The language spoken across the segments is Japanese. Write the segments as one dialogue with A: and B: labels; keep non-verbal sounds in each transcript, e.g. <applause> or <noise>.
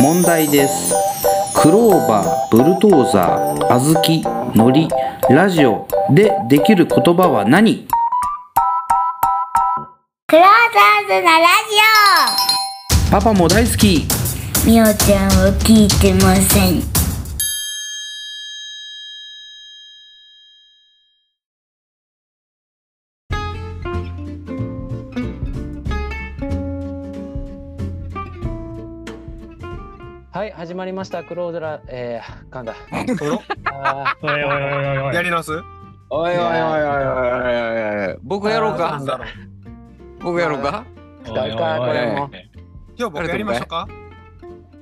A: 問題ですクローバーブルトーザー小豆のりラジオでできる言葉は何
B: クローザーズのラ
A: パパも大好き
B: ジオみおちゃんは聞いてません
C: はい、始まりました。クローズラ、えー、噛んだ。
D: <laughs>
C: あ
E: おいおいおいおいお
F: や
E: い。
F: り直す
D: おいおいおいおいおいおいおい僕やろう
C: な
D: か
C: ん。
F: だろう
D: 僕やろうか。
E: おい
C: だからこれも
F: 今日僕やりましょうか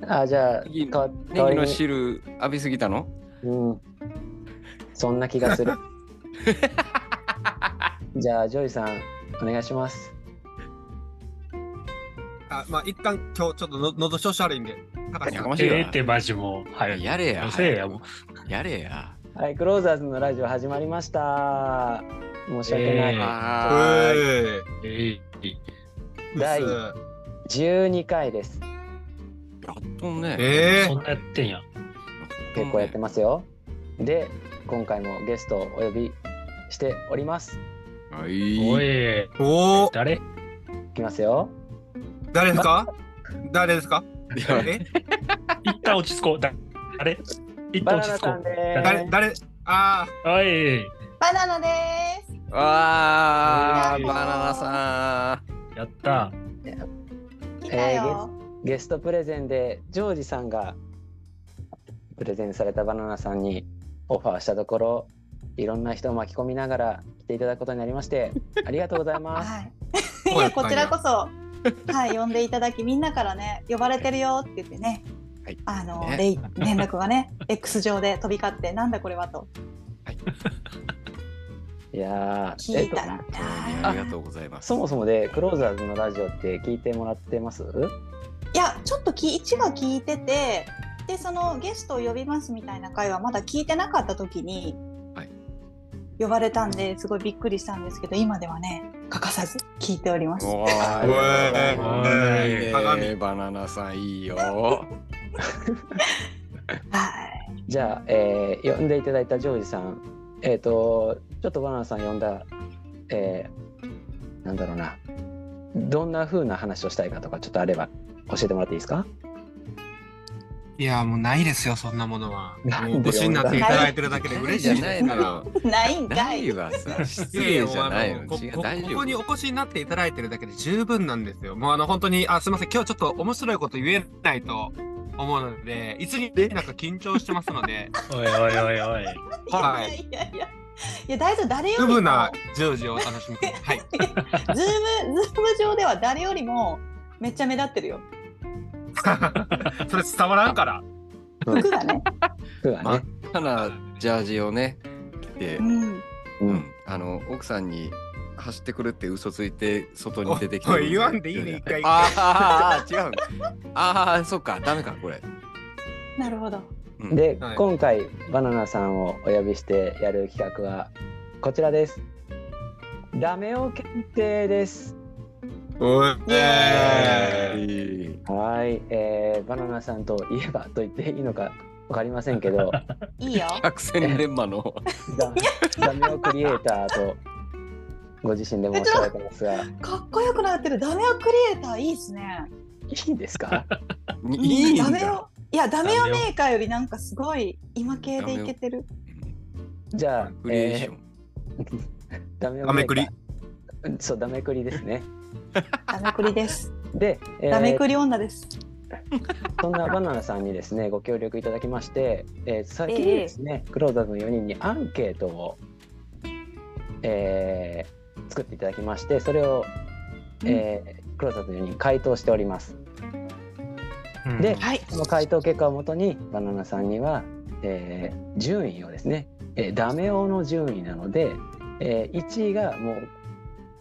C: ーあー、じゃあ、
D: ネギ
C: か代わ
D: ネギ
C: り
D: の
C: に、
D: 汁浴びすぎたの
C: うん。そんな気
D: <laughs>
C: がする。じゃあ、ジョイさん、お願いします。
F: あまあ一旦今日ちょっとの喉調子悪いんで高橋
D: や
F: さ
D: か
F: ん
D: ましい
E: ええ
D: わ
E: ってマジもう。はい。
D: やれや。
E: せえやもう。
D: やれや。
C: はい、クローザーズのラジオ始まりました。申し訳ない。
E: えー
D: はーい。
F: え
E: ええ
F: ーうっす
C: 第12回です。
D: やっとんね。
F: え
E: そんなやってんや。
C: 結構やってますよ。で、今回もゲストをお呼びしております。
D: は
E: お
D: い。
E: い。
F: ー、おお
E: 誰
C: いきますよ。
F: 誰ですか誰ですかえ
E: 一旦落ち着こう。だあれ一
C: バナ
E: 旦落ち
C: ナ
E: 着こ
C: さん
E: う。
C: で
F: 誰
C: ー
F: 誰あ
E: おい。
G: バナナです。
D: わ
E: え
D: ー、
E: ー
D: バナナさ
E: やった。
G: 来たよ。
C: す。ゲストプレゼンでジョージさんがプレゼンされたバナナさんにオファーしたところ、いろんな人を巻き込みながら来ていただくことになりま <laughs> して、ありがとうございます。
D: <laughs>
G: はい。
F: ー
G: いやこちらこそ、はい、呼んでいただき、みんなからね、呼ばれてるよって言ってね。
D: はい
G: あの、
D: ね
G: レイ連絡がね、X <laughs> 上で飛び交って、なんだこれはと
C: いやー、
G: 聞いたら、
D: ん。本当にありがとうございます。
C: そもそもでクローザーズのラジオって聞いてもらってます？
G: いや、ちょっとき一が聞いてて、で、そのゲストを呼びますみたいな会はまだ聞いてなかった時に、
D: はい
G: 呼ばれたんですごいびっくりしたんですけど、今ではね、欠かさず聞いております。
D: おー
F: ーうえ
E: お
F: ー
E: ー
D: いい
F: えー
D: ね
F: 鏡
D: バナナさんいいよ。
G: はい。
C: じゃあ、えー呼んでいただいたジョージさん、えっ、とちょっとバナナさん呼んだ、えーなんだろうな、どんな風な話をしたいかとかちょっとあれば教えてもらっていいですか？
F: いやもうないですよそんなものは
C: なんで
F: もう年になっていただいてるだけで
D: 嬉
F: 嬉
D: し
F: し
D: い
F: い
D: じゃない
F: です
D: のよ。
G: ないん
D: な
G: か
D: い
G: い。
D: わさ。失
F: いやい
D: 礼
F: や
D: じ
F: もう
D: ゃ
F: あ
D: ないの。
F: のここ
D: 違う、大
F: こ
D: 丈
F: こにお
D: 夫。
F: 越しになっていただいてるだけで十分なんですよ。もうあの本当に、あ、すみません、今日ちょっと面白いこと言えないと思うので、いつになんか緊張してますの <laughs> で、
E: おいおいおいおい。
F: はい
G: <laughs> いやいやいや。いや、大丈夫、誰よ
F: ウ
G: りも
F: ブ。なジョージをお楽しみください。はい。
G: ズーム、ズーム上では誰よりも。めっちゃ目立ってるよ。
F: <laughs> それ伝わらんから。
G: 服がね。
C: 服が
D: 真っ
C: ね、
D: 赤なジャージをね、着て
G: う。ん。
C: う
D: うんん、あの奥さんに走ってくるって嘘ついて外に出てきて
F: おい言わんでいいね一回一回
D: ああああ違うああそっかダメかこれ、
G: なるほど。
D: うん、
C: で、
F: はい
C: 今回バナナさんをお呼びしてやる企画はこちらです。ダメを検定です。
F: おい。
G: え
D: い
C: はい、えーバナナさんといえばと言っていいのかわかりませんけど、
G: いいよ。
D: 百戦錬磨の
C: ダダメオクリエイターとご自身で申し上げてますが、い
G: かっこよくなってる。ダメをクリエイターいいですね。
C: いですか？
D: いいん
G: ダメ
D: だ
G: を。いや、ダメをメーカーよりなんかすごい今系でいけてる。
C: じゃあ、
D: クリエーション、
C: えーダメオ
F: ダメクリ
C: メーカー。そうダメクリですね。
G: ダメクリです。
C: で、えー
G: ダメクリ女です。
C: そんなバナナさんにですねご協力いただきまして、えー先にですね、クローザーズの4人にアンケートを、えー作っていただきましてそれを、えークローザーズの4人回答しております。
E: うん
C: で
G: はい。
C: その回答結果をもとにバナナさんには、えー順位をですね、えーダメ男の順位なので、え1位がもう、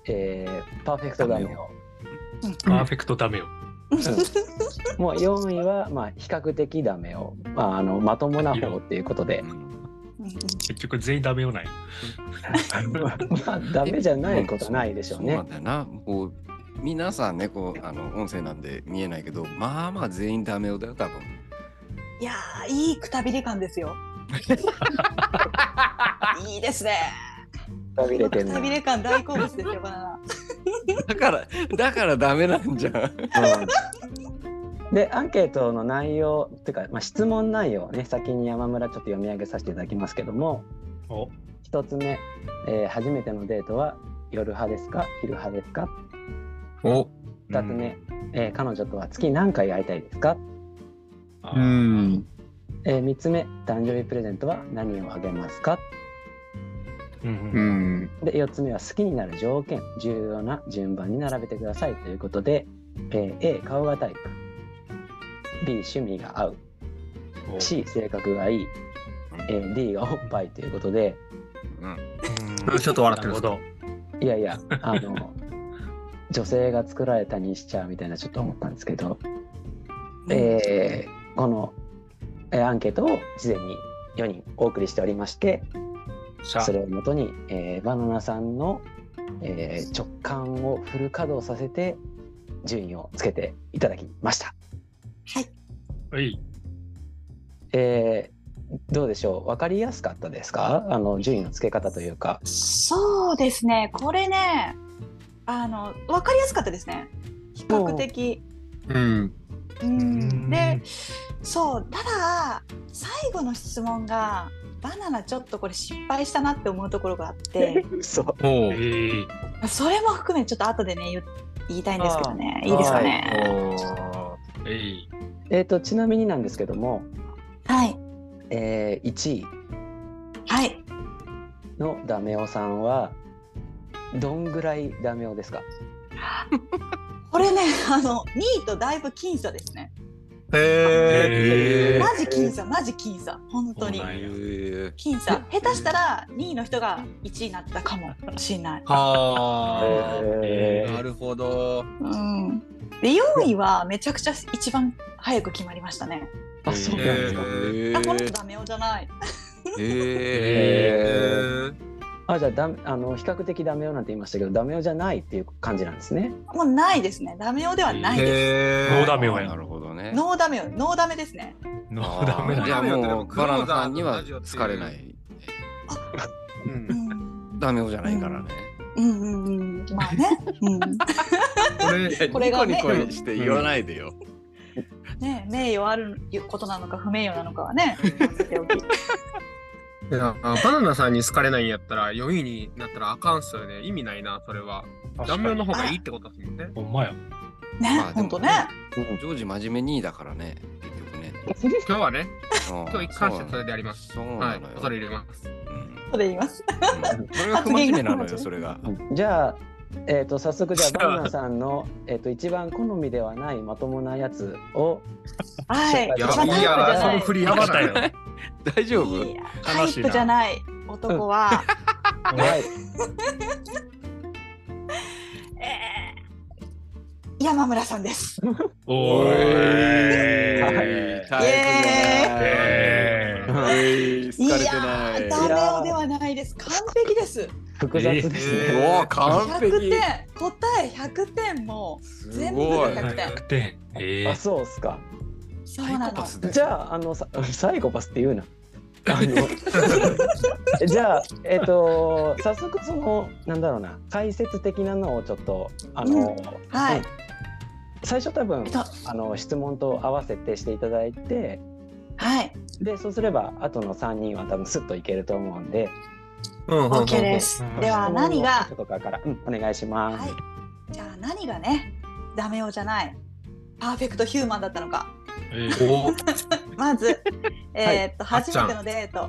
C: えーパーフェクトダメ男
E: パーフェクトダメよ。
C: もう4位は、まあ、比較的ダメ男、まあ、あのまともな方っていうことで
D: う、ん
E: 結局全員ダメよない。
C: <laughs> まあ、ダメじゃないことはないでしょう
D: そう
C: ね
D: なん。だよなこう皆さんね、こう、あの、音声なんで見えないけど、まあまあ全員ダメよだよ、多分。
G: いやーいいくたびれ感ですよいいですね
C: たびれて
G: く
C: ん
G: たび
C: ね
G: れ感大好物ですよバナナ
D: だから、だからダメな
C: <laughs>
D: んじゃん。
C: うんでアンケートの内容っていうか、まあ、質問内容をね先に山村ちょっと読み上げさせていただきますけども
E: お
C: 1つ目、えー初めてのデートは夜派ですか昼派ですか
F: お
C: 2つ目、えー彼女とは月何回会いたいですか、
E: あ
F: う
E: ー
F: ん。
C: えー、3つ目誕生日プレゼントは何をあげますか
E: うん
F: う
E: うん
F: ん。
C: で4つ目は好きになる条件重要な順番に並べてくださいということで、えー A 顔がタイプ B 趣味が合う C 性格がいい、えー D がおっぱいということで
D: うん。
E: うん
F: ちょっと笑ってる
E: なるほど
C: いやいやあの女性が作られたにしちゃうみたいなちょっと思ったんですけど、えーこの、えーアンケートを事前に4人お送りしておりまして
E: しゃ
C: それをもとに、えーバナナさんの、えー直感をフル稼働させて順位をつけていただきました、
E: はい
C: えーどうでしょう分かりやすかったですかあの順位のつけ方というか
G: そうですねこれねあの分かりやすかったですね比較的
F: うん。
G: うん
E: う
G: で
E: ん
G: そうただ最後の質問がバナナちょっとこれ失敗したなって思うところがあって
E: <laughs>
C: そう
F: お
E: えー
G: それも含めちょっと後でね言う言いたいんですけどねいいですかね
E: えい
C: えーとちなみになんですけども、
G: はい
C: え1位
G: はい
C: のダメオさんはどんぐらいダメオですか
G: これねあの2位とだいぶ僅差ですね
F: へえ。
E: え
G: マジ僅差マジ僅差本当に
E: そうなんや
D: え
G: 僅差下手したら2位の人が1位になったかもしれない、
F: はあ。
E: え
D: なるほど。
G: うん、で4位はめちゃくちゃ一番早く決まりましたね
C: あそうなんで
F: え
C: すか、
G: あこの人ダメ男じゃない
D: え
C: あじゃあダメあの比較的ダメオなんて言いましたけどダメオじゃないっていう感じなんですね
G: もうないですねダメ男ではないです、
F: へ
E: ノーダ
D: ダ
E: メをや
D: なるほどね。
G: ノーダメよ、ノーダメですね。
E: ノーダメだ
D: じゃ
E: な
D: あもう、バナナさんには好かれない。
F: うん
G: うん、
D: ダメよじゃないからね。
G: うん、うん、うん、まあね、うん、
F: これ、
G: これがね
D: ニコニコして言わないでよ。
G: ね、名誉あることなのか、不名誉なのかはね。言わせておき
F: いやあバナナさんに好かれないんやったら、4位になったらあかんっすよね。意味ないな、それは。ダメの方がいいってことですもんね。
E: ほんまや
G: ね
D: まあ、でも
G: 本当ね。
D: ジョージ真面目にだからね、結局ね。
F: 今日はね、
D: 今
F: <laughs> 今日一貫してそれであります。
D: そう
F: は
D: ないのよ。、
F: それ入れます。
D: うん
G: それ言います。
D: うんそれが不真面目なのよ、それが。
C: じゃあえー、と早速じゃあバナナさんの、えー、と一番好みではないまともなやつを
G: はい、
F: や
G: 一番
F: ばいや
G: タイプ
F: ばい、
G: じゃ
F: そ
G: な
F: の
G: い。
F: 振りやばないよ。
D: <laughs> 大丈夫
G: いやタイプじゃない男は、
C: はい
G: えー山村さんです。
E: おー
D: えータイプじゃないえー
G: い
D: 好
G: や
D: かれてない
G: ー、ダメ男ではないです。完璧です。
C: 複雑ですね、
F: えー
D: うわ完
G: 100
D: 璧
G: 点、答え100点も。
D: す
G: 全部
D: ごい
G: で100点。
E: 100点え
C: あそうっすか
G: そう
D: サイ
G: な
D: コ
G: の
D: パ。スだよ
C: じゃああのさサイコパスって言うな。あの <laughs> じゃあえっ、と早速そのなんだろうな解説的なのをちょっとあの、
G: はい
C: うん。最初多分
G: えっと
C: あの質問と合わせてしていただいて
G: はい。
C: でそうすれば後の3人は多分スッといけると思うんで
F: うん、
G: オッケーです。では何が
C: 質問のことかから、うん、お願いします。
G: はい。じゃあ何がね、ダメ男じゃない、パーフェクトヒューマンだったのか。
E: え
F: うんうん。お
G: まず、えーっと
F: はい
G: 初めてのデート。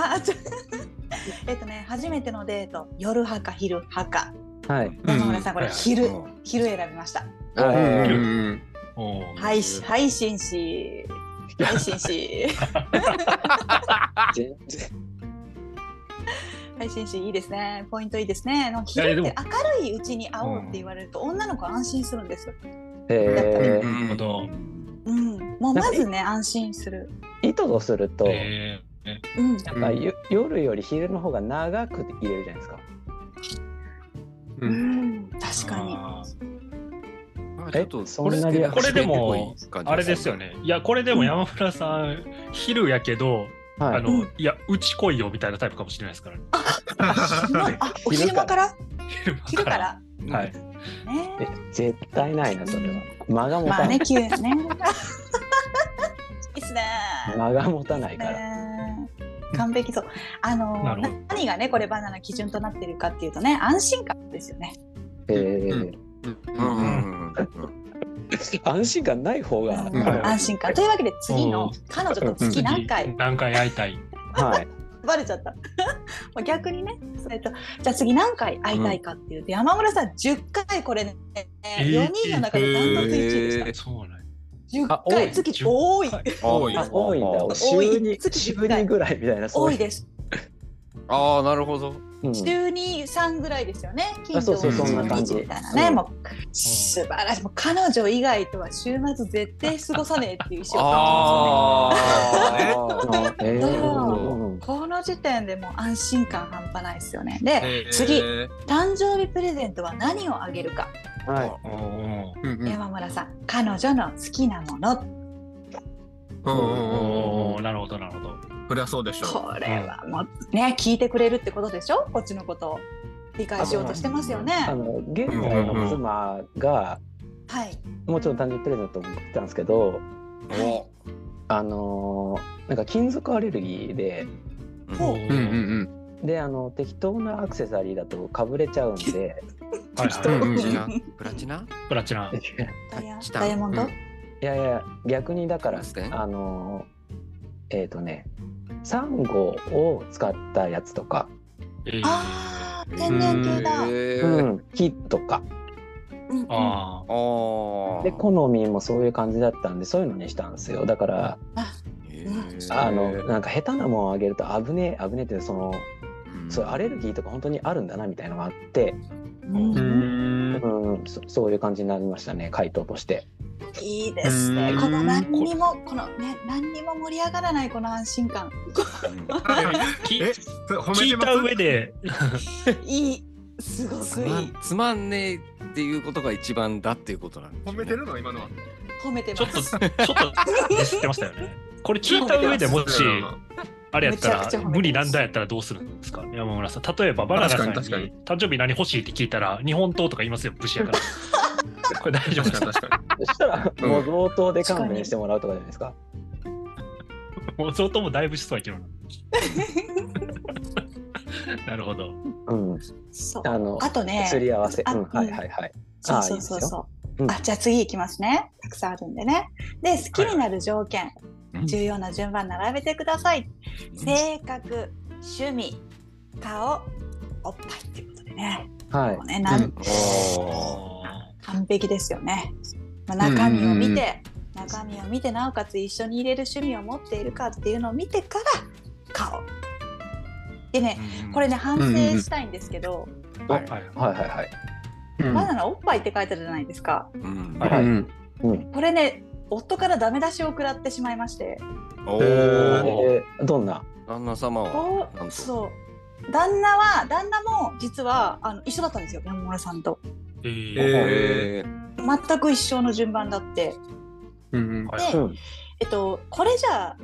G: あ、あちょ <laughs> えーっとね、初めてのデート、夜派か昼派か。
C: はい、
G: 山村さん、これ
E: はい
G: 昼
D: う、ん
G: 昼選びました。
F: う
C: は
F: ん
C: い
F: うんうん。
E: おー
G: はい、はい、紳士。はい、紳士。
C: 全然
G: はい、紳士、いいですね。ポイントいいですね。なんか昼
E: いやで
G: っ
E: も
G: て明るいうちに会おうって言われると、女の子は安心するんですよ。
C: え
F: う
E: なるほ
F: ん
E: ど
G: うん、もうまずね、安心する。
C: ー、意図とすると、
E: え
G: うん、
C: まあゆ夜より昼の方が長く入れるじゃないですか。
F: う
G: うんん、
E: ー
G: 確かに。
E: あ
D: なんかちょっと
C: えそんなリア
E: これでも
D: スケベっぽい感じが
E: あれですよね。いや、これでも山村さん、昼やけど、
C: はい、
E: あの、いや、うち来いよみたいなタイプかもしれないですからね。
G: あ、お昼間から
E: 昼間
G: 昼から
D: うん
E: はい。
C: え
G: ね
C: 絶対ないなそれは間が持
G: まあ
C: たない、
G: ね、急ね。いいっすね。
C: 間が持たないから、
G: ね完璧そう。あの
E: なるほど
G: 何がねこれバナナ基準となってるかっていうとね安心感ですよね。
C: えー
F: うん
D: うんうんうんうん
C: 安心感ない方が、
G: うん
E: はい
G: 安心感というわけで次
E: う
G: の
E: ん
G: 彼女と月何回
E: 何回会いたい。
C: はい
G: バレちゃった。も <laughs> う逆にねそれとじゃあ次何回会いたいかっていうと、山村さん10回これね
E: ー
G: 4人の中でダントツ1位でした。
D: え
E: そうなんや
G: 10
C: あ多
G: 回
C: い
G: 月
E: 10
G: 多い
E: はい
F: 多い
C: あ多いんだ週
G: 多い
C: に
G: 月
C: 週
G: ぐらい
C: にぐらいみたいな
G: 多
C: そう
G: い
C: いう
G: です。
D: ああなるほど
C: うん
G: 週に3ぐらいですよね。金
C: あそうそう
D: そんな感
C: じ
G: みたいなね、
C: うん
G: もう素晴らしい。もう彼女以外とは週末絶対過ごさねえっていう仕事
D: あ
C: あーえー
G: だから
C: うん
G: この時点でもう安心感半端ないですよね。で、
F: えー
G: 次
F: うん
G: 誕生日プレゼントは何をあげるか。
C: はい
E: うん
F: うん
G: 山村さん、彼女の好きなもの。
F: うんうん
E: お
F: う
E: ーなるほど、なるほど。
F: ん <laughs> そりゃそうでしょ
G: これはもうね、聞いてくれるってことでしょこっちのことを理解しようとしてますよね。
C: あの現在の妻が
G: はい。
C: もちろん誕生日プレゼントも来たんですけど
D: ーお
C: あのーなんか金属アレルギーで
D: うん
G: ほう
F: う。うんうんうん
C: であの適当なアクセサリーだとかぶれちゃうんで
D: <laughs>
E: はい
G: 適当
E: は
F: う
E: い。
F: んうん
D: いやプラチナ
E: プラチナ。
G: ダイヤ
D: チタン
G: ダイヤモンド、
F: うん
C: いやいや逆にだから
D: ラステン
C: あのーえっ、とねサンゴを使ったやつとか、
E: えー
G: ああ、天然系だ。
D: え
C: う
D: ー
C: ん、木とか
G: うんうんあ
E: あ
D: あー
C: で好みもそういう感じだったんでそういうのにしたんですよだから
D: えー
C: あのなんか下手なもんあげると危ねえ危ねえってその
D: うん
C: そういうアレルギーとか本当にあるんだなみたいのがあって、
G: うん
F: うん
C: うん、そそういう感じになりましたね回答と
F: <laughs>
C: して。
G: いいですね
F: う。ん
G: この何にもこのね何にも盛り上がらないこの安心感。
D: うん
E: あ。き
F: えそれ褒め
E: 聞
F: て
E: い
F: ま
E: た
F: す
E: 上で、
G: いいすご
D: つ
G: くい
D: まん
G: い
D: つまんねえっていうことが一番だっていうことなんですね
F: 褒めてるの今のは
G: 褒めて
E: ちょ
G: ま
E: っと、
G: す。
E: ちょっ
G: <laughs>
E: と、知ってましたよね。これ聞いた上でもし、あれやった
G: めちゃくちゃ
E: ら
G: 褒めてます
E: 無理なんだやったらどうするんですか山村さん例えばバナナさんに
F: 確かに
E: 誕生日何欲しいって聞いたら日本刀とか言いますよ武士やからこれ大丈夫
F: 確
E: で
F: か
E: す
F: に確
E: か
F: かに
C: そしたら
F: うん
C: もう同等で勘弁してもらうとかじゃないですか。
E: もう相当もだいぶしそうやけどななるほど
C: うん、
G: そう。
C: あの
G: あとね。
C: すり合わせ、
G: あ
C: うん、はいはいはい。
G: そ
C: あ
G: う
C: ー
G: そうそうそう
C: いいですようん
G: あじゃあ次いきますね。たくさんあるんでね。で好きになる条件、
D: うん
G: 重要な順番並べてください。性格、趣味、顔、おっぱいっていうことでね。
C: はい
G: もう。ねなん、
F: うん
E: あ
G: 完璧ですよね。まあ、中身を見て、中身を見てなおかつ一緒に入れる趣味を持っているかっていうのを見てから顔。でねこれね反省したいんですけど、
E: ー
D: はい
E: はい
C: はいはいはい。
F: うん
G: バナナおっぱいって書いてあるじゃないですか。
D: うん
E: はい
F: うん
G: これね夫からダメ出しを食らってしまいまして
D: お
F: へ
D: ー
C: えーどんな
D: 旦那様
G: お
D: はなんと
G: そう旦那は旦那も実はあの一緒だったんですよ山村さんと
E: え
F: え
E: ー
G: 全く一緒の順番だって
F: うん
E: は
G: で
E: い、
C: うん
G: えっとこれじゃあ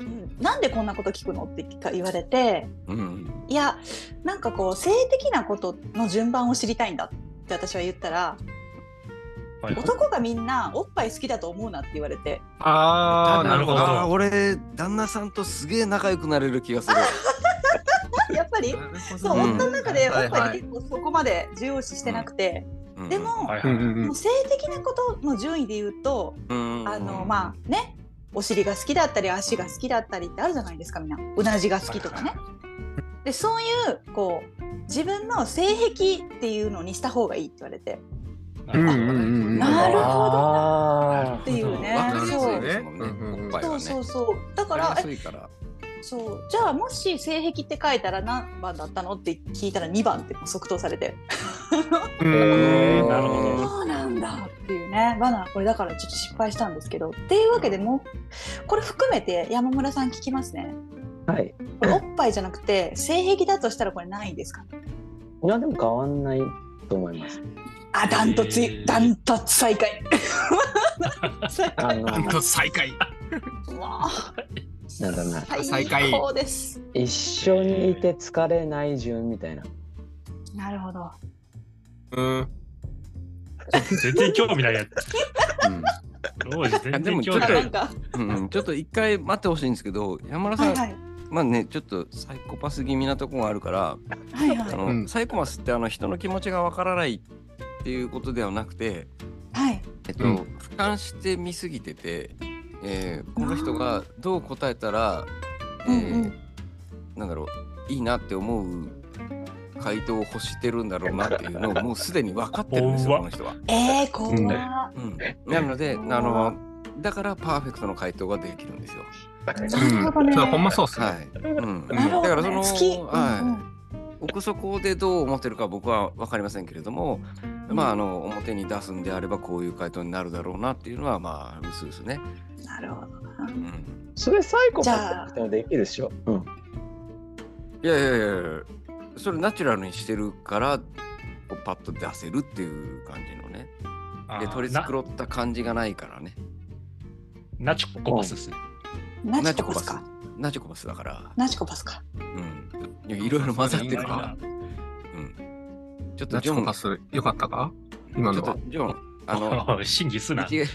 G: うんなんでこんなこと聞くのって言われて
D: うん
G: いやなんかこう性的なことの順番を知りたいんだって私は言ったら
E: はい
G: 男がみんなおっぱい好きだと思うなって言われて
F: ああなるほど
D: あー俺旦那さんとすげえ仲良くなれる気がす
G: <laughs>
D: る
G: あやっぱりそう
D: うん
G: 夫の中でおっぱい
F: い
G: 結構そこまで重要視してなくて
D: うん
G: でも
E: はい
F: うん
E: はい
F: うんう
G: も
F: ん
G: う性的なことの順位で言うと
D: うん
G: あのまあねお尻が好きだったり足が好きだったりってあるじゃないですかみんなうなじが好きとかね。でそういうこう自分の性癖っていうのにした方がいいって言われて
E: なるほど
F: うんうんうんうん
G: なるほどな
C: あ
G: っていうね
D: わかりやすいですもん
F: そううんうんうん
D: ねおっぱいは
G: そ
D: ね
G: うそうそうだか
D: わ
G: ら
D: かり
G: え
D: やすいから
G: そうじゃあもし性癖って書いたら何番だったのって聞いたら2番ってもう即答されて
F: うん
E: なるほど
G: そうなんだっていうねバナナこれだからちょっと失敗したんですけどっていうわけでもうこれ含めて山村さん聞きますね
C: あ。はい。
G: これおっぱいじゃなくて性癖だとしたらこれないですか
F: <laughs>
C: いやでも変わんないと思います。
G: あダントツいダントツ最下 <laughs> 位最下
C: あの
F: なんと最下位。
G: 位も
C: なんだろうな
G: う
F: 最
G: 最
F: 下位
G: 高です
C: 一緒にいて疲れない順みたいな
G: なるほど
F: うん。
E: 全然興味ないやつ。
D: うん
E: 当時全
D: で
E: 然
D: もち
E: 興
D: ょっ
E: 味な
D: と
G: あないん。か
D: うんうんちょっと一回待ってほしいんですけど、山村さ
G: は
D: ん
G: い、はい
D: まあね、ちょっとサイコパス気味なとこがあるから、
G: はいは
D: あ
G: い
D: の
F: うん
D: サイコパスってあの人の気持ちがわからないっていうことではなくて、
G: はい
D: えっと、
F: うん
D: 俯瞰して見すぎてて、えーこの人がどう答えたら、えー
G: うんう
D: なんだろういいなって思う回答を欲してるんだろうなっていうのをもうすでに分かってるんですよ <laughs>
E: 怖っ
D: この人は。
G: えー、怖
F: うん
G: っ
D: うん、 <laughs> なのであのだからパーフェクトの回答ができるんですよ。
F: うん
G: なるほどね
F: そうほんまそうっすね。
D: はい。うん。
G: なるほどね
D: だからその、
G: 好きうんう
D: は
G: ん
D: い。奥底でどう思ってるか僕は分かりませんけれども、まああの表に出すんであればこういう回答になるだろうなっていうのはまあうすうすね。
G: なるほど
D: うん。
C: それサイコパスでもできるでしょ、うん、
D: いやいやいやいや。それナチュラルにしてるから。こうパッと出せるっていう感じのね。
E: あ
D: で
E: ー
D: 取り
E: な
D: 繕った感じがないからね。
E: ナチコパスっすね。
G: ナチコパスか。
D: ナチコパスだから。
G: ナチコパスか
D: うん。いやいろいろ混ざってるから。うん。ちょっと
F: ナ
D: ジ
F: チ
D: ョ
F: コ
D: ン
F: パ、スよかったか？今
D: ち
F: の
D: ょっ
F: は
D: と。ジョン、あの。
E: おい審議すな。
D: 1,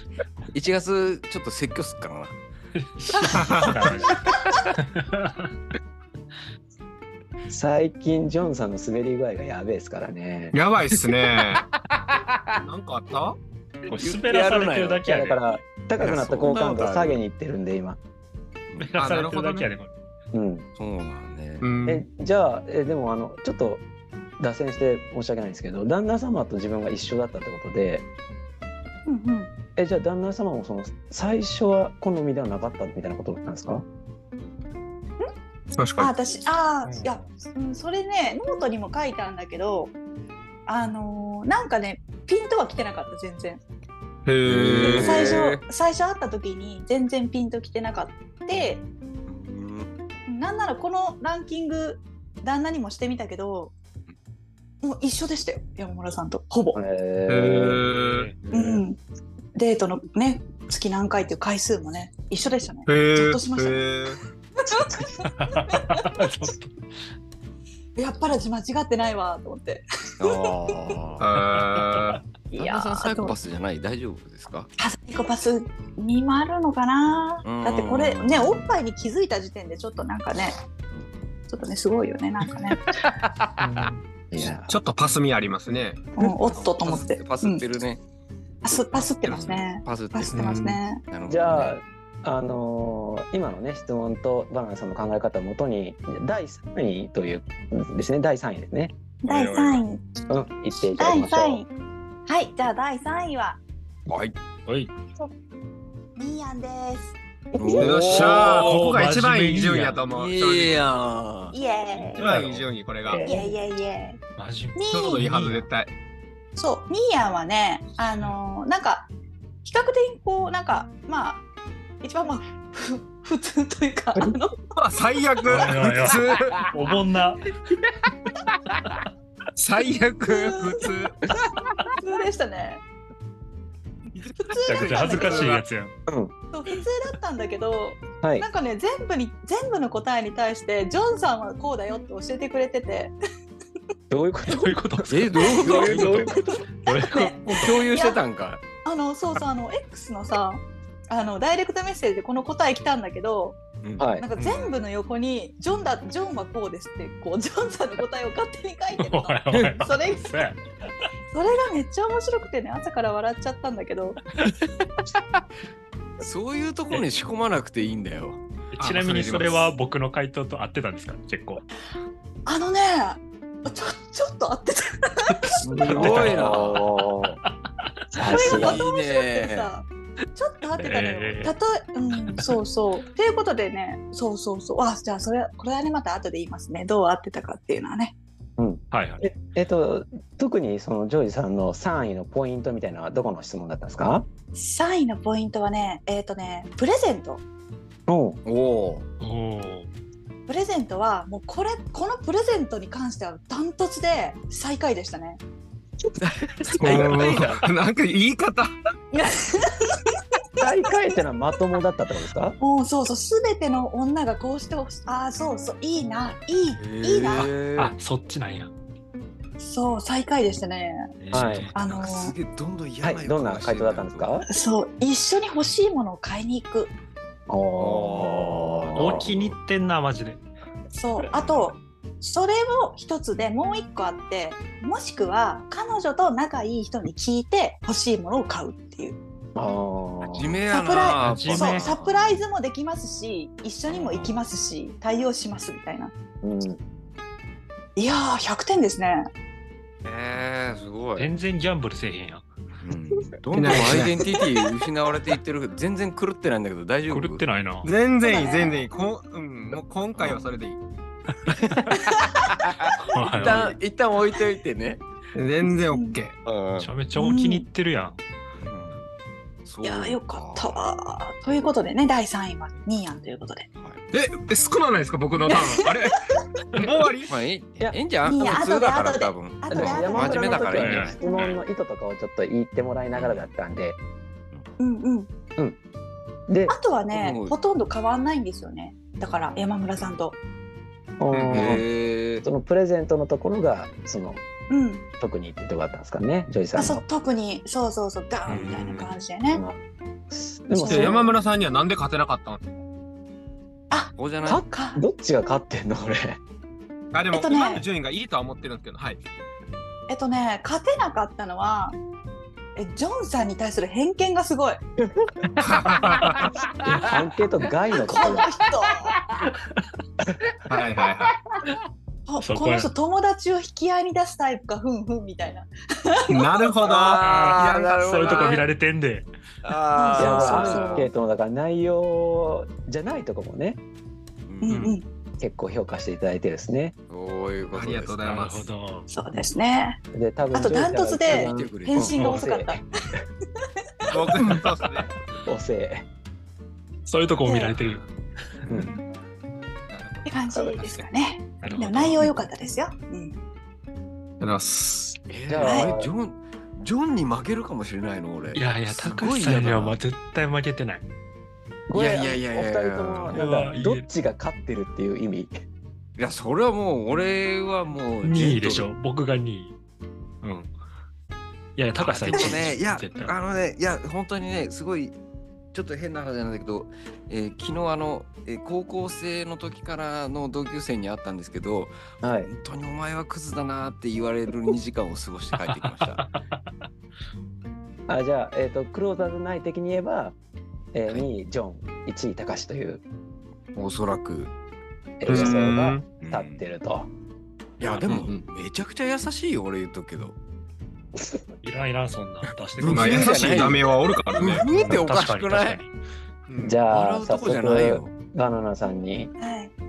D: 1月ちょっと説教すっからな。
E: 審議すなマジで
C: 最近ジョンさんの滑り具合がやべえですからね
F: やばいっす <laughs> ね。なんかあった？
E: こう滑らされてるだ
C: い
E: け
C: や
E: や
C: だ
E: で。
C: から高くなった好感度
D: いやそんなことあ
C: 下
D: る
C: げにいってるんで今
E: 滑らされてるだけやで。こ
C: うん
D: そうなんね
F: う。
C: え
F: ん。
C: じゃあえでもあのちょっと脱線して申し訳ないんですけど旦那様と自分が一緒だったってことで
G: うんうん
C: えじゃあ旦那様もその最初は好みではなかったみたいなことなんですか
F: 確
G: あ
F: か
G: 私あ
F: うん
G: ーいや、うん、それねノートにも書いたんだけどあのーなんかねピンとは来てなかった全然
F: に。へえ。
G: 最初最初会った時に全然ピンと来てなかった
D: うん
G: なんならこのランキング旦那にもしてみたけどもう一緒でしたよ山村さんとほぼ、
C: え
F: へ
C: ー
F: え。
G: うん、デートのね月何回っていう回数もね一緒でしたね
F: へえ。
G: ゾッとしました
F: へえ。
E: れちょっと
G: やっぱり私間違ってないわと思って
D: ああ。
F: あ
G: い
D: 旦那さんサイコパ
G: ス
D: スじゃない大丈夫ですか
G: サイコパスにもあるのかな
D: うん
G: だってこれねおっぱいに気づいた時点でちょっとなんかねちょっとねすごいよねなんかね、
C: いや
F: <laughs> ーちょっとパス味ありますね。
G: うん、おっとと思って
D: パスってるね。
G: うんパスパスってますね
D: パスって
G: パ
D: る
G: スってますね、
D: なるほどね
C: じゃあ、あのー今のね質問とバナナさんの考え方をもとに第3位というですね第3位ですね、
G: 第3位
C: うん、言っていただ
G: 第
C: きましょう
G: 3位はいじゃあ第3位は
D: はい。
E: おい。
G: ミーヤンです
F: よっしゃー。
E: おー
F: ここが一番いい
E: 真面
F: 順
E: 目
F: 位
E: に
F: やと思う。正
D: いい
F: 直
D: やん。
G: イエ
F: 一番いい順位これが。
G: ーイイエーイイエーイイエ
E: マジ
G: ーイ
F: ちょうどいいはず絶対。
G: そうミーヤンはねあのーなんか比較的こうなんかまあ一番まあふ <laughs> 普通というかあの
F: あ最悪。
E: いやいや
F: 普通。
E: おぼんな。
F: 最悪。普通。
G: 普通でしたね普
E: めちゃく
G: 通
E: ちゃ
G: だっ
E: 恥ずか
G: たんだけど
E: しいやつやん。
G: そう普通だったんだけど
C: はい
G: なんかね全部に全部の答えに対してジョンさんはこうだよって教えてくれてて
C: どういうこと
F: <laughs>
E: どういうこと
D: え、どういう
E: ど
D: ど
E: う
D: う
E: い
D: いうう
E: こ
D: ことと
E: どれか。
G: ね
D: もう <laughs> 共有してたんか。
G: あのそうそうあの X のさあのダイレクトメッセージでこの答え来たんだけど
D: うん
C: はい
G: なんか全部の横にジョンだジョンはこうですってこうジョンさんの答えを勝手に書いてるの
E: おいおいおい
G: それ
E: そうや
G: それがめっちゃ面白くてね朝から笑っちゃったんだけど
D: そういうところに仕込まなくていいんだよ。
E: ちなみにそれは僕の回答と合ってたんですか結構。
G: あのねちょちょっと合ってた
D: すごいな。
C: おー <laughs> さ
G: そ
C: す
G: れが
C: が
D: い
G: また
D: い
G: 面白くてさ
D: ね。
G: ちょっと合ってたのよ。
E: ええ
G: たとえ、うん、そうそう。ということでね、そうそうそう。あ、じゃあそれこれはねまた後で言いますね。どう合ってたかっていうのはね。
E: はいはい。
C: ええっと特にそのジョージさんの3位のポイントみたいなのはどこの質問だったんですか
G: 3位のポイントはね、えっ、とね、プレゼント。
C: お
D: おお
E: おお。
G: プレゼントはもうこれこのプレゼントに関してはダントツで最下位でしたね。
F: 最下位なんか言い方。
C: 最下位ってのはまともだったってことです <laughs> か
G: もうそうそうすべての女がこうしてほしいああそうそういいないいいいな
E: あ、そっちなんや。
G: そう最下位でしたね
C: はい
D: な
G: あ
D: ん
G: の
D: かす
G: ー
D: げえどんどん嫌な
C: はい、どんな回答だったんですか
G: そう一緒に欲しいものを買いに行く
E: お
C: お
E: 気に入ってんな、マジで。
G: そうあとそれを一つでもう一個あってもしくは彼女と仲いい人に聞いて欲しいものを買うっていう
C: あ
D: 地
C: ー
D: 名やな
G: サ
E: プライ地
G: そう
E: 名
G: サプライズもできますし一緒にも行きますし対応しますみたいな
C: うん
G: いやー100点ですね
D: えー、すごい、
E: 全然ギャンブルせえへんやん。
D: うんどんどんアイデンティティ失われていってるけど全然狂ってないんだけど大丈夫
E: 狂ってないな。
F: <laughs> 全然いい、全然いい。こんうん、もう今回はそれでいい。
D: 一旦一旦置いといてね、
F: 全然オッケー。
D: うん
E: めちゃめちゃお気に入ってるやん。
D: そ
G: いうやーよかったわーということでね第3位はニーヤンということで
F: え、え少なないですか僕のター <laughs> ン。あれもう終わり
D: まあいいい
C: や
D: やいいんじゃん
G: いいや
D: 普通だから
G: 後で
D: 多
G: 後
D: 分
G: 後
C: で
G: で
C: も
G: 後で
C: 山
D: 真面
C: 村
D: 目
C: の
D: だから
C: 時は
D: いいんじゃ
C: ね
D: ない
C: 質問の意図とかをちょっと言ってもらいながらだったんで
G: うんうん
C: で
G: あとはね
D: うん
G: ほとんど変わんないんですよねだから山村さんと
C: うん
D: へえ
C: そのプレゼントのところがその
G: うん
C: 特にってとこだったんですかねジョージさ
G: あ
C: ん
G: そう
C: の。
G: 特にそうそうそうダーンみたいな感じでね
C: でも
G: そ
C: そう
F: で
C: れ
F: 山村さんにはなんで勝てなかったの
D: こうじゃない
C: かどっちが勝ってんの俺。
F: あ、でも、
G: えっとね
F: 今の順位がいいとは思ってるんですけど、はい。
G: えっとね勝てなかったのはえジョンさんに対する偏見がすごい
F: は
C: 関係と外のとこ
G: こ
C: ろ
G: の <laughs>
C: が。
G: 人
F: いはいは。
G: ほ
E: そこ
G: この人友達を引き合いに出すタイプかふんふんみたいない
F: <laughs> なるほど。
D: あーなるほどね
E: そういうとこ見られてんで。
G: ー
C: いや
G: そうそう
C: アンケートのだから内容じゃないとこもね
D: う
G: うん
D: ん
G: うん、
C: 結構評価していただいてですね。
D: そういうこと
F: ありが
D: で
F: とうござ
D: す
F: い
E: なる
F: ま
E: ほ
F: す。
E: ど。
G: そうですね
C: で多分
G: あとダントツで
C: ジョージさんが一番
G: 返信が遅かった
F: 僕のそうですね。
C: おせえ。
E: そういうとこを見られてる。
C: うん
G: って感じですかね
E: なる
G: で
E: ほ
G: も
E: ど。
G: 内容良かったですよ、うん、
F: ありがとうございます。
D: え
C: じ
D: ー、
C: ゃあ
D: 俺ジョンジョンに負けるかもしれないの俺
E: いやいや、
D: す
E: 高
D: ご
E: 橋
D: い
E: さんには
D: 嫌だ
E: まあ絶対負けてない。
D: いやいやいやいや
C: お二人ともなん
E: う
C: か
E: わいい
C: どっちが勝ってるっていう意味。
D: いやそれはもう俺はもう
E: 2位でし
D: ジェン
E: ょ。僕が2位。うん。いやいや、
D: トル
E: 高橋さん
D: で
E: 1
D: も
E: 位。
D: ねいや
E: 絶対
D: あのねいや本当にねすごいちょっと変な話なんだけど、えー昨日あの、えー高校生の時からの同級生に会ったんですけど
C: はい。
D: 本当にお前はクズだなって言われる2時間を過ごして帰ってきま
C: <laughs>
D: した。
C: あじゃあ、えー、とクローザーズ内的に言えば、えー、
D: はい
C: 2位ジョン1位高橋という、
D: おそらく。
C: えー、予想
F: う
C: が
F: ん
D: うん
C: 立ってると。
D: いやでも、
F: うん
D: めちゃくちゃ優しいよ俺言っとくけど。
E: いらんいらん、そんな。出してく
F: まあ、
E: れ
F: 優
E: る
F: しいダメはおるからね。
D: 見ておかしくな
E: 確
D: い
E: かに確か
C: じゃ
D: 笑
C: あ
D: うと
C: 早
D: こじゃないよ
C: 速。バナナさんに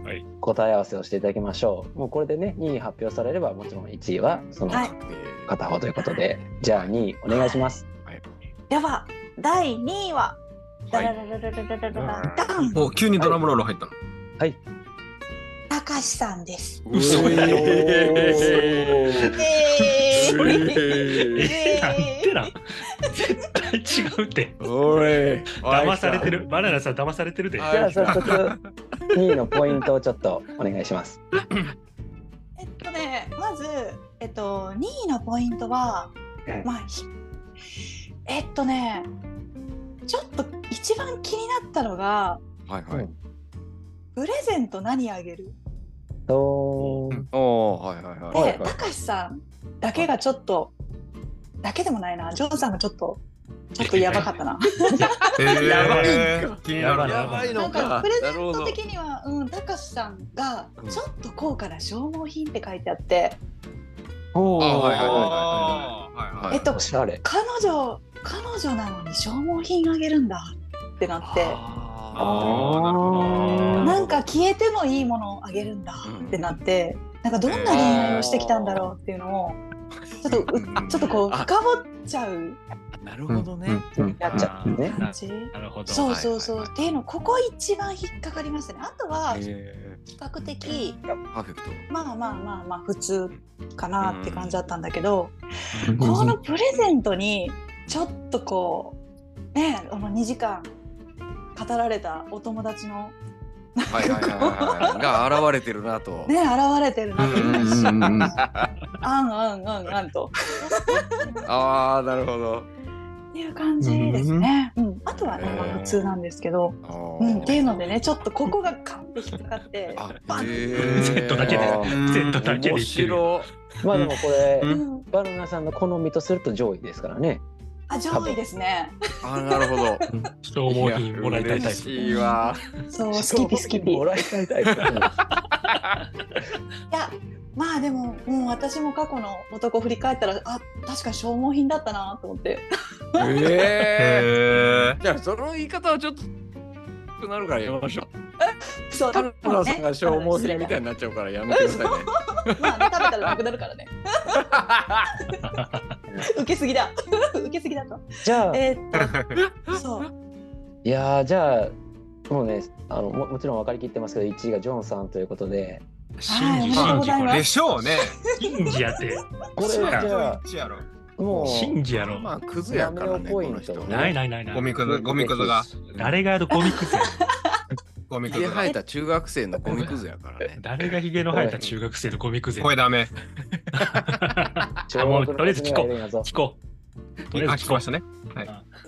G: はい
C: 答え合わせをしていただきましょう。もうこれでね2位発表されればもちろん1位はその
G: はい
C: 片方ということで、じゃあ2位お願いします。
G: では第2位はダララララララララダン
F: お、急にドラムロール入ったの。
G: たかしさん <laughs> です
D: うそやろ
G: イエ
E: それ
G: ーイ
E: にえなんてな絶対違うって
D: 俺
E: 騙されてるバナナさん騙されてるで
D: は
C: じゃあ早速2位のポイントをちょっとお願いします。
G: えっとね、まず、えっと、2位のポイントは
C: うん、
G: まあ、ひえっとね、ちょっと一番気になったのが、
D: はいはい。
G: プレゼント何あげる
C: と
D: おーはいはい
G: で、
D: はい
G: たかしさんだけがちょっと、だけでもないな、ジョンさんがちょっと、ちょっとやばかったな。
F: えー、気にな
E: やば
F: る
E: い
F: な。
D: やばい
G: <laughs> な
D: の
G: んか
D: か
G: プレゼ
D: なるほ
G: ント
D: ど
G: 的には、うん、たかしさんが
D: うん、
G: ちょっと高価な消耗品って書いてあって、
C: おー
D: あはいはいはい
F: あーはいはい
D: は
G: え
D: い
G: っと
C: お、しゃれ。
G: 彼女、彼女なのに消耗品あげるんだってなって。
F: あーなるほど
E: あー
G: なんか消えてもいいものをあげるんだってなって、なんかどんな恋愛をしてきたんだろうっていうのをちょっとう
F: うん
G: ちょっとこう
D: あ
G: 深掘っちゃう
D: なるほどね。
F: うんうん
C: なっちゃうんですね。
E: な
G: 感じ
E: なるほど。
G: そう
E: はい
G: そうそう。
E: はい
G: っていうのここ一番引っかかりましたね。あとは比
D: え
G: 較的
D: ー、パーフェクト。
G: まあまあまあまあ普通かなって感じだったんだけど、
F: うん
G: このプレゼントにちょっとこうねあの2時間語られたお友達の
D: はいはいはいはいはい。が現れてるなと。
G: ね現れてるなって
F: うんうんうんうん
G: あんあんあんあんと
D: ああなるほど。
G: っていう感じですね。うん、あとはね、まあ
D: へー
G: 普通なんですけど、
D: あー
G: うん、っていうのでねちょっとここがカンって引っかかって
D: あ
G: バン
D: へ
E: プレゼントだけで
D: あ
F: う
D: ー
F: ん
E: セットだけで
D: 面
E: いける。
D: 白
C: まあでもこれ、
F: うん
G: うん
C: バナナさんの好みとすると上位ですからね。
G: あ上位ですね。
D: あーなるほど。
E: 消耗品もらいたいタイプ。
D: や嬉しいわ。 <laughs>
G: そうスキピスキピ。い
C: もらいたいタイプ。
G: やまあでも、うん、私も過去の男振り返ったらあ確かに消耗品だったなと思って。 <laughs>
D: ええ
F: へ
D: じゃあその言い方はちょっとなるからやめましょう。
G: そう
D: 田村さんが消耗品みたい
G: な。
D: になっちゃうからやめてくださいね。
G: まあね、食べたらなくなるから
D: <laughs>
G: ね。受けすぎだ。 <laughs> 受けすぎだと。
C: <laughs> じゃあ、
G: えーっ
F: ー
G: とそう。
C: いやーじゃあもうねあのももちろん分かりきってますけど1位がジョンさんということで
E: 真
G: は
E: 珠、
G: いありがと
E: 真
G: うござ
E: 珠、こ
G: います
F: でしょうね。
E: れ。真珠やって。
C: これ
E: そうや
C: じゃあ
F: 一やろ。
C: もう
E: 真珠やろ。
D: まあクズやからねこの人。
C: な
E: ないないないな
F: ゴ
E: い。
F: ミくず、ゴミくずが。
E: 誰がやるゴミくずや
F: ゴミ
D: ひ
F: く
D: げ
F: ずが
D: 生。えた中学生のゴミクズやからね。
E: 誰がヒゲの生えた中学生のゴミくずや
F: 声ダメ。
E: あもうとりあえず聞こう。聞こう。とりあ
F: あ、聞
E: えず聞
F: き
E: こ
F: ま
E: う
F: し。たね。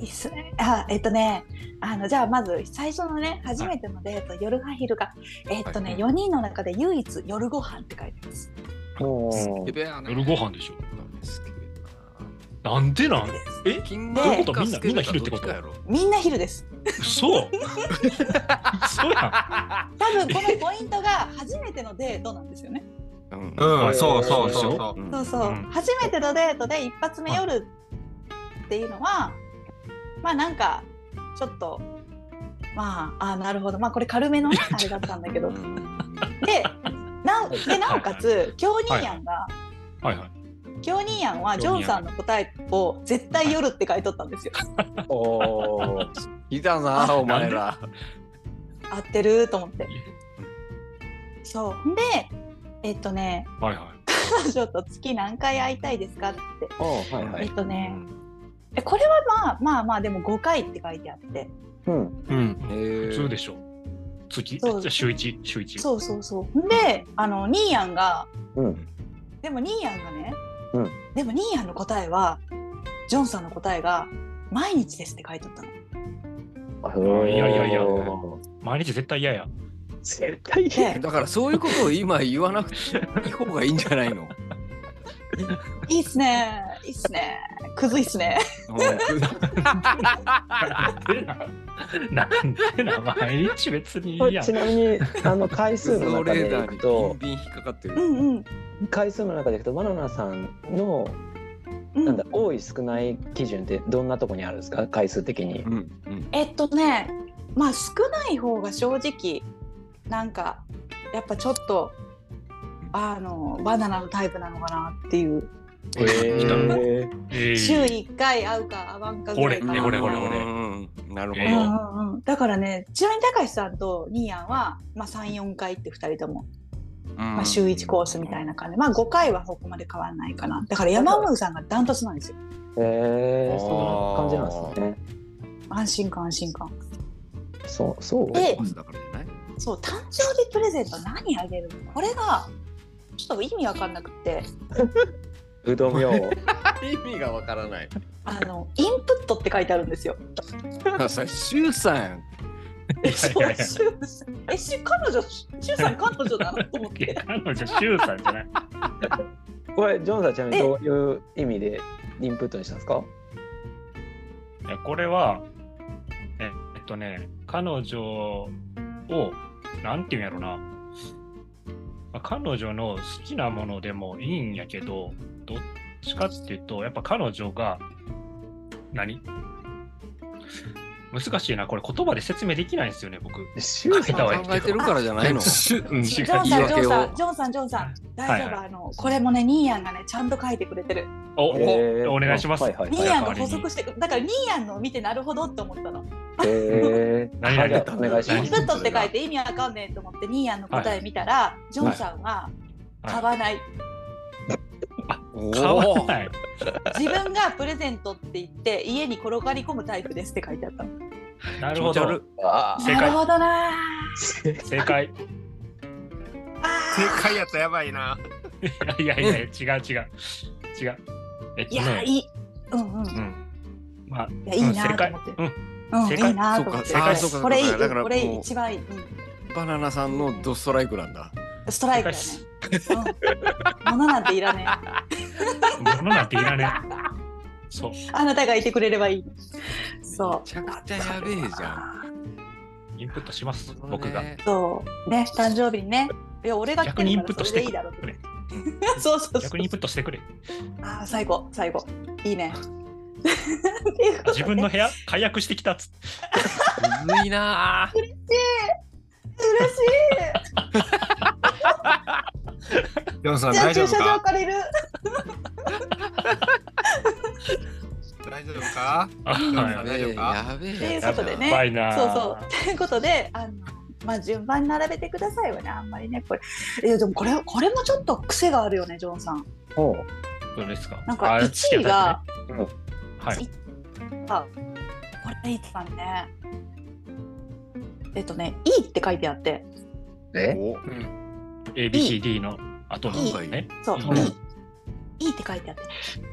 G: いいっすね。あ、えっとね、あのじゃあまず最初のね、初めてのデート、夜は昼が、えっとね、四人の中で唯一夜ご飯って書いてます。
C: も
D: ベア
E: 夜ご飯でしょ。
D: 好き
E: なんでなんえ
D: 金
G: どういう
E: ことみんなみんな昼ってこと
G: みんな昼です。
E: 嘘嘘や
G: 多分このポイントが初めてのデートなんですよね。
D: うん
F: うん、そう
C: そ
F: そうう
C: そ
F: そうう
E: そ
F: そ
G: そうそう、
E: うん
G: 初めてのデートで一発目夜っていうのは、まあなんかちょっと。まあ、あなるほどまあこれ軽め <laughs> のねあれだったんだけどでなおでなおかつ京人やんが
E: ん。はいはい。
G: 京人やんはジョンさんの答えを絶対夜って書いとったんですよ
C: うおー
D: いたなお前ら。
G: 合ってると思ってそうでえっとね
E: はいは
G: 彼女と月何回会いたいですかって、
C: おーはいは
G: え
C: い
G: っとねえこれはまあまあまあでも5回って書いてあって
C: うん
F: う。うん。
E: い。
D: ー
E: 普通でしょ。月じ
G: そう
E: ゃあ週一週一。
G: そうそうそうであのニーヤンが
C: うん
G: でもニーヤンがね、
C: うん
G: でもニーヤンの答えはジョンさんの答えが「毎日です」って書いてあったの
E: いやいやいや毎日絶対嫌
G: <laughs>
E: や。
C: 絶対嫌や
G: で
D: だからそういうことを今言わなくていい方がいいんじゃないの。
G: 「いいっすねいいっすねくずいっすね
E: なんでな。なんでな。毎日別に
C: こ
E: いい
C: れ
E: やん
C: ち。なみにあの回数の
D: そ
C: 中
D: れ
C: で
D: だ
C: い
D: に
C: く
D: ビ
C: と
D: ンビン引っかかって」
G: う
D: る。
G: んうん
C: 回数の中でいくとバナナさんの
G: うん
C: なんだ多い少ない基準ってどんなとこにあるんですか回数的に
D: うんうん。
G: えっとねまあ少ない方が正直なんかやっぱちょっとあのバナナのタイプなのかなっていう
C: へー
E: えー
G: 週1回会うか会わんかぐらいか
E: 俺
G: な
E: 俺俺俺
D: なるほ
G: う
E: え
G: んう
D: ど。
G: んうんだからねちなみに高橋さんとニーヤンは、まあ、34回って2人とも、まあ、週1コースみたいな感じまあ5回はそこまで変わらないかなだから山本さんがダントツなんですよ
C: へーそんな感じなんですね
G: 安心感安心感
C: そうそう
G: で
D: コースだからじゃない。
G: そう誕生日プレゼント何あげるのこれがちょっと意味わかんなくって
C: うどんよう
D: 意味がわからない。
G: あのインプットって書いてあるんですよ。
D: さ週さん。
E: いやい
G: そ
E: や
G: う
E: いや
G: シュウさんえし彼女シュウさん彼女だなと思っ
E: いや
G: て。
E: 彼女週さんじゃない。
C: これジョンさんちなみにどういう意味でインプットにしたんですか
E: いやこれはええっとね彼女をなんていうんやろな、まあ彼女の好きなものでもいいんやけどどっちかっていうとやっぱ彼女が何難しいなこれ言葉で説明できないんですよね僕
C: シュウ
E: 書い
C: さ
E: た
C: ん
E: わ
D: 考えてるからじゃないの。
F: しゅうん
G: ジ
E: 違う
G: ョンさんジョン
D: 言い
G: さ
D: 訳
G: ん
D: を
G: ジョンさんジョンさん大丈夫、
E: はいは
G: あのこれもねニーヤンがねちゃんと書いてくれてる。
E: お、
F: こ
C: えー
E: お願いします
C: はいはい
G: ニ
C: は
G: ー
C: い。
G: ヤンが補足してくだからニーヤンのを見てなるほどって思ったの。
C: えー、
E: 何々
C: はいお願いし
G: イ
C: ま
G: ン
C: す
G: プ。ットって書いて意味わかんねえと思ってニーヤンの答え見たら、ジョンさんは買わない、
E: 買わ
D: い。
E: ない。
G: 自分がプレゼントって言って家に転がり込むタイプですって書いてあったの。
E: な
D: 気
E: る
D: 持
E: ほ
D: ち悪い
E: ど。
C: あ
E: 正解
G: なるほどなー。
E: 正解。
F: 正解やったらやばいな。
E: <laughs> いやいや、違う違う。違う。えっと
G: いや、
E: ね。
G: いい。うんうん。い
E: うん。まあ、
G: や、いいなーと思って。
E: うん
G: うん、
E: 正
G: い
E: 解
G: いなーと思って。
E: そうか
G: あ
E: 正解そう
D: か
G: これいい、
D: だから
G: これいい
D: もう
G: 一番いい。
D: バナナさんのドストライクなんだ。
G: ストライクだね。うん。物なんていらねえ。
E: 物なんていらねえ。そう。
G: あなたがいてくれればいい。そ
D: めちゃくちゃやべえじゃ
E: インプットします
D: ん。。
E: 僕が。
G: う。そう。ね、誕生日にね。いや、俺が来
E: 逆
G: て
E: にイン
G: る
E: プ
G: か
E: ット
G: ら
E: し
G: そ
E: て
G: れでい
E: く
G: いだろう。
E: れ。
G: そうそうそ
E: 逆
G: う
E: にイン。プットしてくれ。
G: ああ、最後、最後。いいね。っていうことで
E: 自分の部屋解約してきたっつって。
D: むずいなあ。
G: 嬉し
F: ジョンさん
G: い。じゃあ
F: 大丈夫
G: 駐車場
F: か
G: 借りる。
F: 大丈夫か
E: は
F: 大丈夫か
D: やべえ。
G: っていう
D: やつ
G: ことで
D: だ
G: ね
E: やばいな。
G: そうそう。ということで、あの、まあ、順番に並べてくださいはね、あんまりね、これ。いや、でも、これ、これもちょっと癖があるよね、ジョンさん。
C: おう
E: どうですか。
G: なんか、
E: あ
G: 一位が。、
E: はい。
G: あ、これいいさんね。えっとね、いいって書いてあって、
C: え
D: お
E: A. B. C. D. の後の
G: い
D: い
E: ね。
G: そう、
E: うん
G: いい。いいって書いてあって、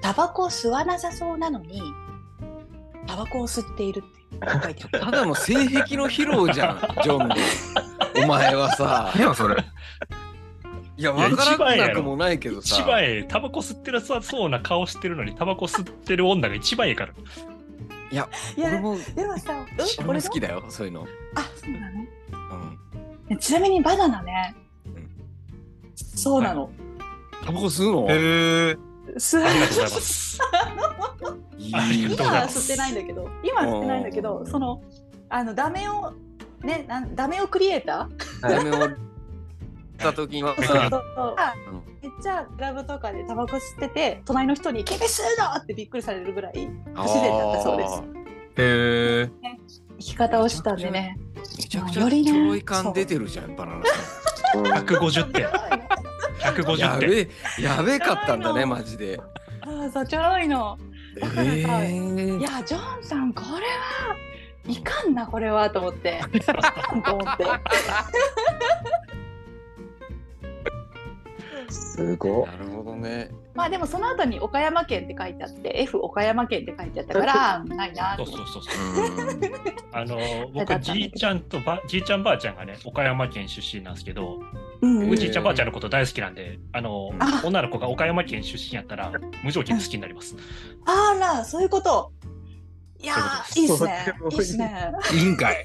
G: タバコを吸わなさそうなのに、タバコを吸っているって書いてあ
D: <laughs>
G: る。
D: ただの性癖の披露じゃん、ジョンの。お前はさ。
F: 何よそれ。
D: い
E: いや
D: や、わからなくもないけど
E: 一
D: さ。
E: 番ええ、タバコ吸ってるさそうな顔してるのに、タバコ吸ってる女が一番ええから。
G: い
D: 俺
G: や、
D: も、
G: でもさ、うんこ
D: 俺
G: れ
D: も好
G: どう
D: きだよ、そういうの。
G: あ、そうなの
D: うん。
G: ねちなみにバナナね、
D: ん
G: そうなの、
D: タバコ吸うの
F: へえ。
G: 吸わ
E: あ
G: な
E: りが
G: い
E: とうございます。
D: い
E: ありがとうござ
G: 今
E: い
G: は
E: ます
G: 吸ってないんだけど今は吸ってないんだけどそのあのダメをねなんダメをクリエイタ
D: ダメを打った時
G: <laughs>
D: には
G: ー
E: そう
D: さ、
G: あ
D: うん
G: めっちゃクラブとかでタバコ吸ってて隣の人に「君吸うの!」ってびっくりされるぐらい不自然だったそうです
F: へえ。
G: 生き方をしたんでね
D: めちゃくちゃ上位感出てるじゃん、バナナさ
E: 百五十点。百五
D: ん。
E: 十
D: や
E: 点。
D: べえ、やべかったんだね、マジで。
G: あ <laughs> あそちょろいの
D: え
G: だからさい
D: ー、
G: やジョンさんこれはいかんなこれはと思
D: <laughs>
G: っていかんと思って
C: すごっ
D: なるほど
G: <laughs>
D: ね。
G: まあでもその後に岡山県って書いてあって F 岡山県って書いてあったからないな
E: そ
G: と
E: う
G: 思
E: そうそ
G: っ
E: うそう。
D: うん。
E: あの
G: だ
E: 僕
G: ったんだけど
E: じいちゃんとばじいちゃんばあちゃんがね岡山県出身なんですけど、
G: て。うん
E: 僕
D: え
E: じいちゃんばあちゃんのこと大好きなんであの
G: あ
E: 女の子が岡山県出身やったら無条件で好きになります。
G: あらそういうこと。いやーいいっすね
F: とても。い
G: い
F: い
G: いっすね。
F: いいんかい。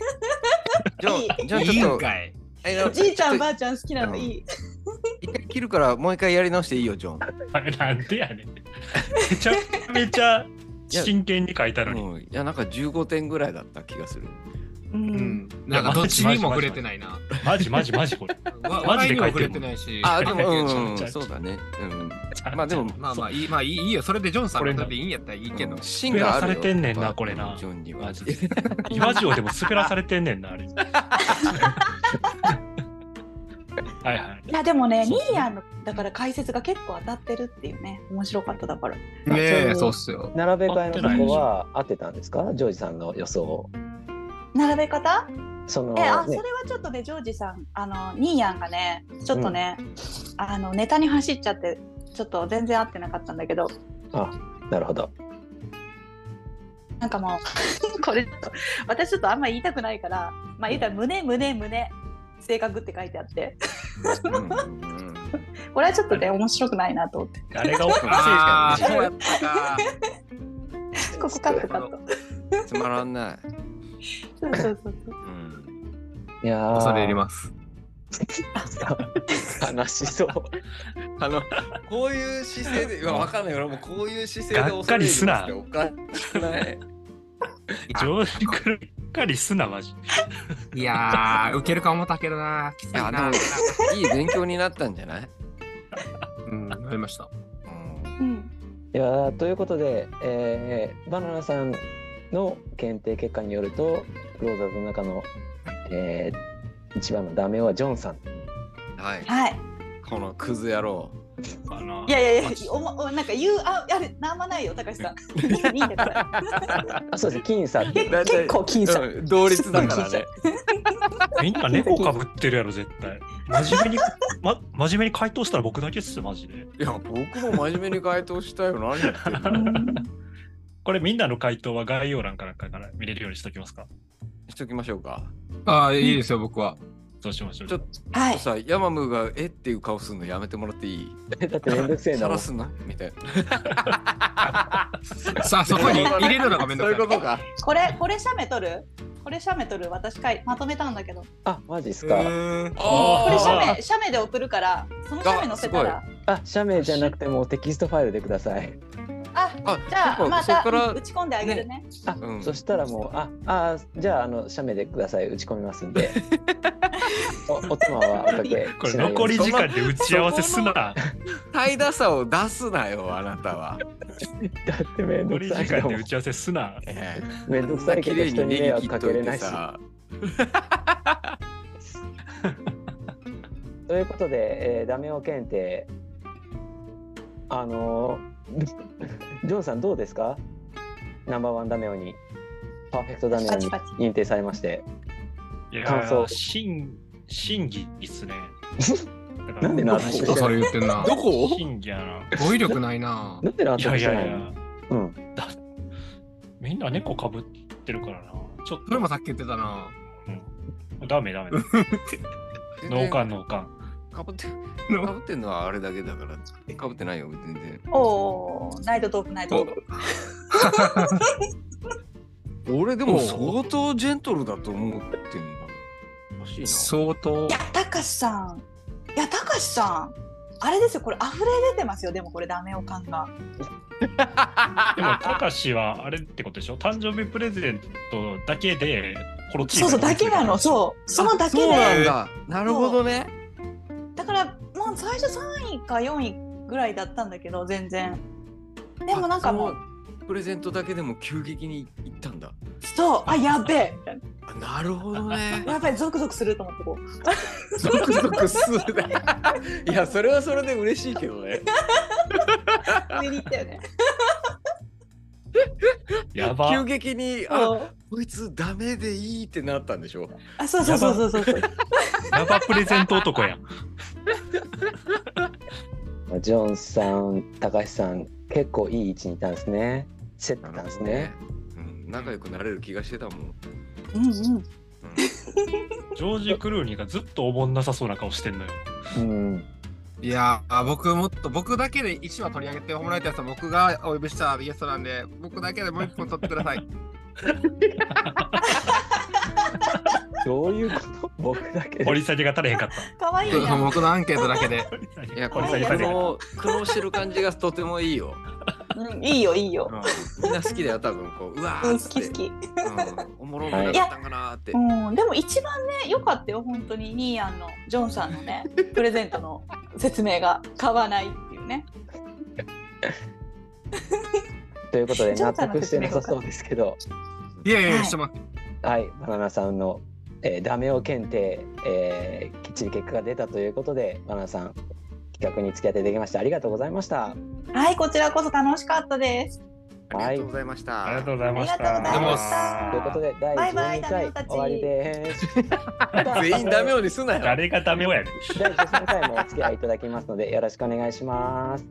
D: じゃあ、じゃあ
F: いい
D: ちょ
F: ん
D: っと、
F: かい。
D: えな
E: <laughs>
G: じいちゃん
D: ょっ
G: ばあちゃん好きなのいい。
D: と一回切るから、もう一回やり直していいよ、ジョン。
E: あれ <laughs> なんでやねん。めちゃめちゃ真剣に書いたのに。
D: うん、いや、なんか15点ぐらいだった気がする。
G: う。
F: うんん。なんかどっちにも触れてないな。
E: マジマジマジこれ。
F: わ
E: マ
F: 笑
E: ジ
F: い
E: で
F: に
E: 書
F: も
E: いて
F: 触
E: る
F: れ
E: も
F: て
E: ん
F: ないし。
D: あ、でも、
E: ちゃ
D: うん、
E: ちゃちゃ
D: そうだね。うん。まあでも、
F: まあまあいい、まあいいいいよ。それでジョンさん
E: これ
F: の
E: な
F: でいいんやったらいいけど。
D: 芯がある
E: 滑らさ
D: よ
E: れてんねんなこれな
D: ジョンには
E: マジで。岩城でも滑らされてんねんなあれ。はいはい。
G: いやでもね
E: そ
G: ニ
E: うそう
G: ーヤンのだから解説が結構当たってるっていうね面白かっただから。
F: ねえ、そうっすよ。
C: 並べ替えのとこは合ってたんですかジョージさんの予想を
G: 並べ方？
C: その、
G: えあそ
C: ね
G: れはちょっとねジョージさんあのニーヤンがねちょっとねあのネタに走っちゃってちょっと全然合ってなかったんだけど。
C: なるほど
G: なんかもう <laughs> これちょっと私ちょっとあんま言いたくないからまあ言うたら胸胸胸性格って書いてあって
D: うんうんうん
G: これはちょっとね面白くないなと思って
E: 誰が岡
F: ああ、
E: 山県
F: そうやったか。
G: ここカットカット
D: つまらんない。
G: そうそうそうそう
D: うん。
C: いやー
F: 恐れ入ります。
C: 悲しそう
D: あの、こういう姿勢で、いやわかんないよ。俺もこういう姿勢で
E: がっかりすな
D: 恐れ入りますっておかしくない。
E: 上司来るばっかりすなマジ。
F: いやー、受けるか思ったけどな。きつい
D: いや、
F: な。
D: でも、いい勉強になったんじゃない
F: うん、わかりました。
D: うん
G: うん
C: いやーということで、えーバナナさんの検定結果によるとクローザーズの中の、えー一番のダメはジョンさん
D: はい。
G: はい。
D: このクズ野郎。
E: かない
G: やいやいや、おもおなんか言うああれなんもないよ高橋さん。いいんだから。
C: あそうです僅差って
G: け結構僅差。
D: うん同率だから
G: すっ
D: ね。
E: みんな猫かぶってるやろ絶対真面目に、ま、真面目に回答したら僕だけっすよマジで
D: いや、僕も真面目に回答したよ。何言ってんの
E: これみんなの回答は概要欄かなんかから見れるようにしておきますか
D: しときましょうか。
F: ああ、いいですよ、僕は。
E: どうしましょう
D: ちょっ
G: はい
D: と。さ、ヤマムーがえっていう顔するのやめてもらっていい
C: だってめんどくせえな
D: さ
C: も
D: ら
C: ん
D: すなみたいな。
F: さ <laughs> あ、そこに入れるのがめんどくさい。
D: とか。
G: これこれ写メ撮る？これ写メ撮る？私かいまとめたんだけど。こ
C: あマジっす
F: へ
C: か、
F: ー
E: あー
G: れ写メ写メで送るからその写メ載せたら。
C: あ写メじゃなくてもうテキストファイルでください
G: あ
D: あ
G: じゃ
D: そ
G: あ
D: っか
G: ま
D: そ
G: た
D: っから
G: 打ち込んであげるね。
C: あ、
D: うん
C: そしたらもうああじゃああの写メでください打ち込みますん
D: <laughs>
C: でおお妻はおかけ
E: これ
C: しないよ
E: 残
C: うに
E: り時間で打ち合わせすな
D: 怠惰さを出すなよ、あなたは。
C: だってめんど
E: 残
C: く
E: り
C: さ
E: 時
C: いけ
E: 間
C: ど
E: で打ち合わせすな
D: ええ
C: めんどくさいけど人に迷惑かけれないし
D: さ。
C: ということで、えーダメ男検定あのー <laughs> ジョンさんどうですかナンバーワンダメ男にパーフェクトダメ男に
G: パチパ
C: 認定されまして
E: いや
C: 感想
E: ー審審議っすねだか
C: <laughs>
E: ら
C: なんでな
F: ちょっとそれ言ってんな。
D: どこ
E: 審議やな
F: 語彙力ないな。
C: なんでなん
E: い
C: て
E: や
C: こ
E: い
C: とな
E: や
C: い
E: い
C: の
E: や
C: うん
E: みんな猫かぶってるからなちょっ
F: それ
E: と
F: もさっき言ってたな。
E: うんダメ
D: <laughs>
E: ダメダメ脳幹脳幹
D: かぶって
F: の
D: かぶってんのはあれだけだからかぶってないよ全然
G: おおナイトトークナイトトーク。
D: 俺で
F: も
D: も相当ジェントルだと思ってんだおかしいな
F: 相当
G: い <laughs> や。高橋さん。いや高橋さん。あれですよこれ溢れ出てますよでもこれダメおかんが。
E: でも、たかしはあれってことでしょ誕生日プレゼントだけで、このチー
G: そう
E: ム
G: そうだけなのそうそのだけで。
D: なんだなるほどね
G: だからもう最初3位か4位ぐらいだったんだけど全然でもなんかも
D: あ
G: う
D: そのプレゼントだけでも急激にいったんだ
G: そうあやべえみたい
D: あなるほどね
G: なやべえゾクゾクすると思ってこう
D: ゾクゾクするね <laughs> いやそれはそれで嬉しいけどね
G: 上に行ったよね
E: やば。
D: 急激にあ
G: そう
D: こいつダメでいいってなったんでしょ
G: あそうそうそうそうそうそう
E: やばプレゼント男やん。
C: まあジョンさん高橋さん結構いい位置にいたんですね競ってたんですね
D: うん仲良くなれる気がしてたもん、うん
G: うんうん
E: ジョージ・クルーニーがずっとおもんなさそうな顔してんのよ。
C: うん
F: いやー、僕もっと、僕だけで1話取り上げてもらいたいです。僕がお呼びしたゲストなんで、僕だけでもう1本取ってください。
C: どういうこと僕だけで
E: 掘り下げが足れへんかっ
G: 可愛い
F: そ
G: な
F: う僕のアンケートだけで。
E: た。
D: いや、こ
E: 掘
D: れ
E: り
D: さ
E: 下げ足れ
D: こ
E: へんかっ
D: の苦労してる感じがとてもいいよ。
G: うんいいよいいよ
D: みんな好きだよ、多分こう、うわ
G: う
D: ー
G: ん
D: っ
G: 好
D: つっ
G: き
D: て
G: 好、き
D: うん、おもろくなかったんかなーって。
G: うんでも一番ね良かったよ本当にニーヤンのジョンさんのねプレゼントの説明が買わないっていうね
C: ということで
G: ジョ
C: 納
G: ンさんの
C: 得して
G: 説
C: な
G: 明
C: さそうですけど
F: いやいやい
G: は
F: や、
G: い
F: してます。
C: はい、バナナさんの、えーダメを検定、えーきっちり結果が出たということで、バナナさん、企画に付き合ってできましてありがとうございました。
G: はいこちらこそ楽しかったです
D: ありがとうございました。
E: た。ありがとうございました。
G: ありがとうご
F: ざいま
G: した
C: ということで、第
G: バイバイ
C: 12回
G: ダメ男たち
C: 終わりです。
D: 全員ダメようにすんなよ。
E: 誰がダメをやねん。
C: 第13回もお付き合いいただきますので、よろしくお願いします。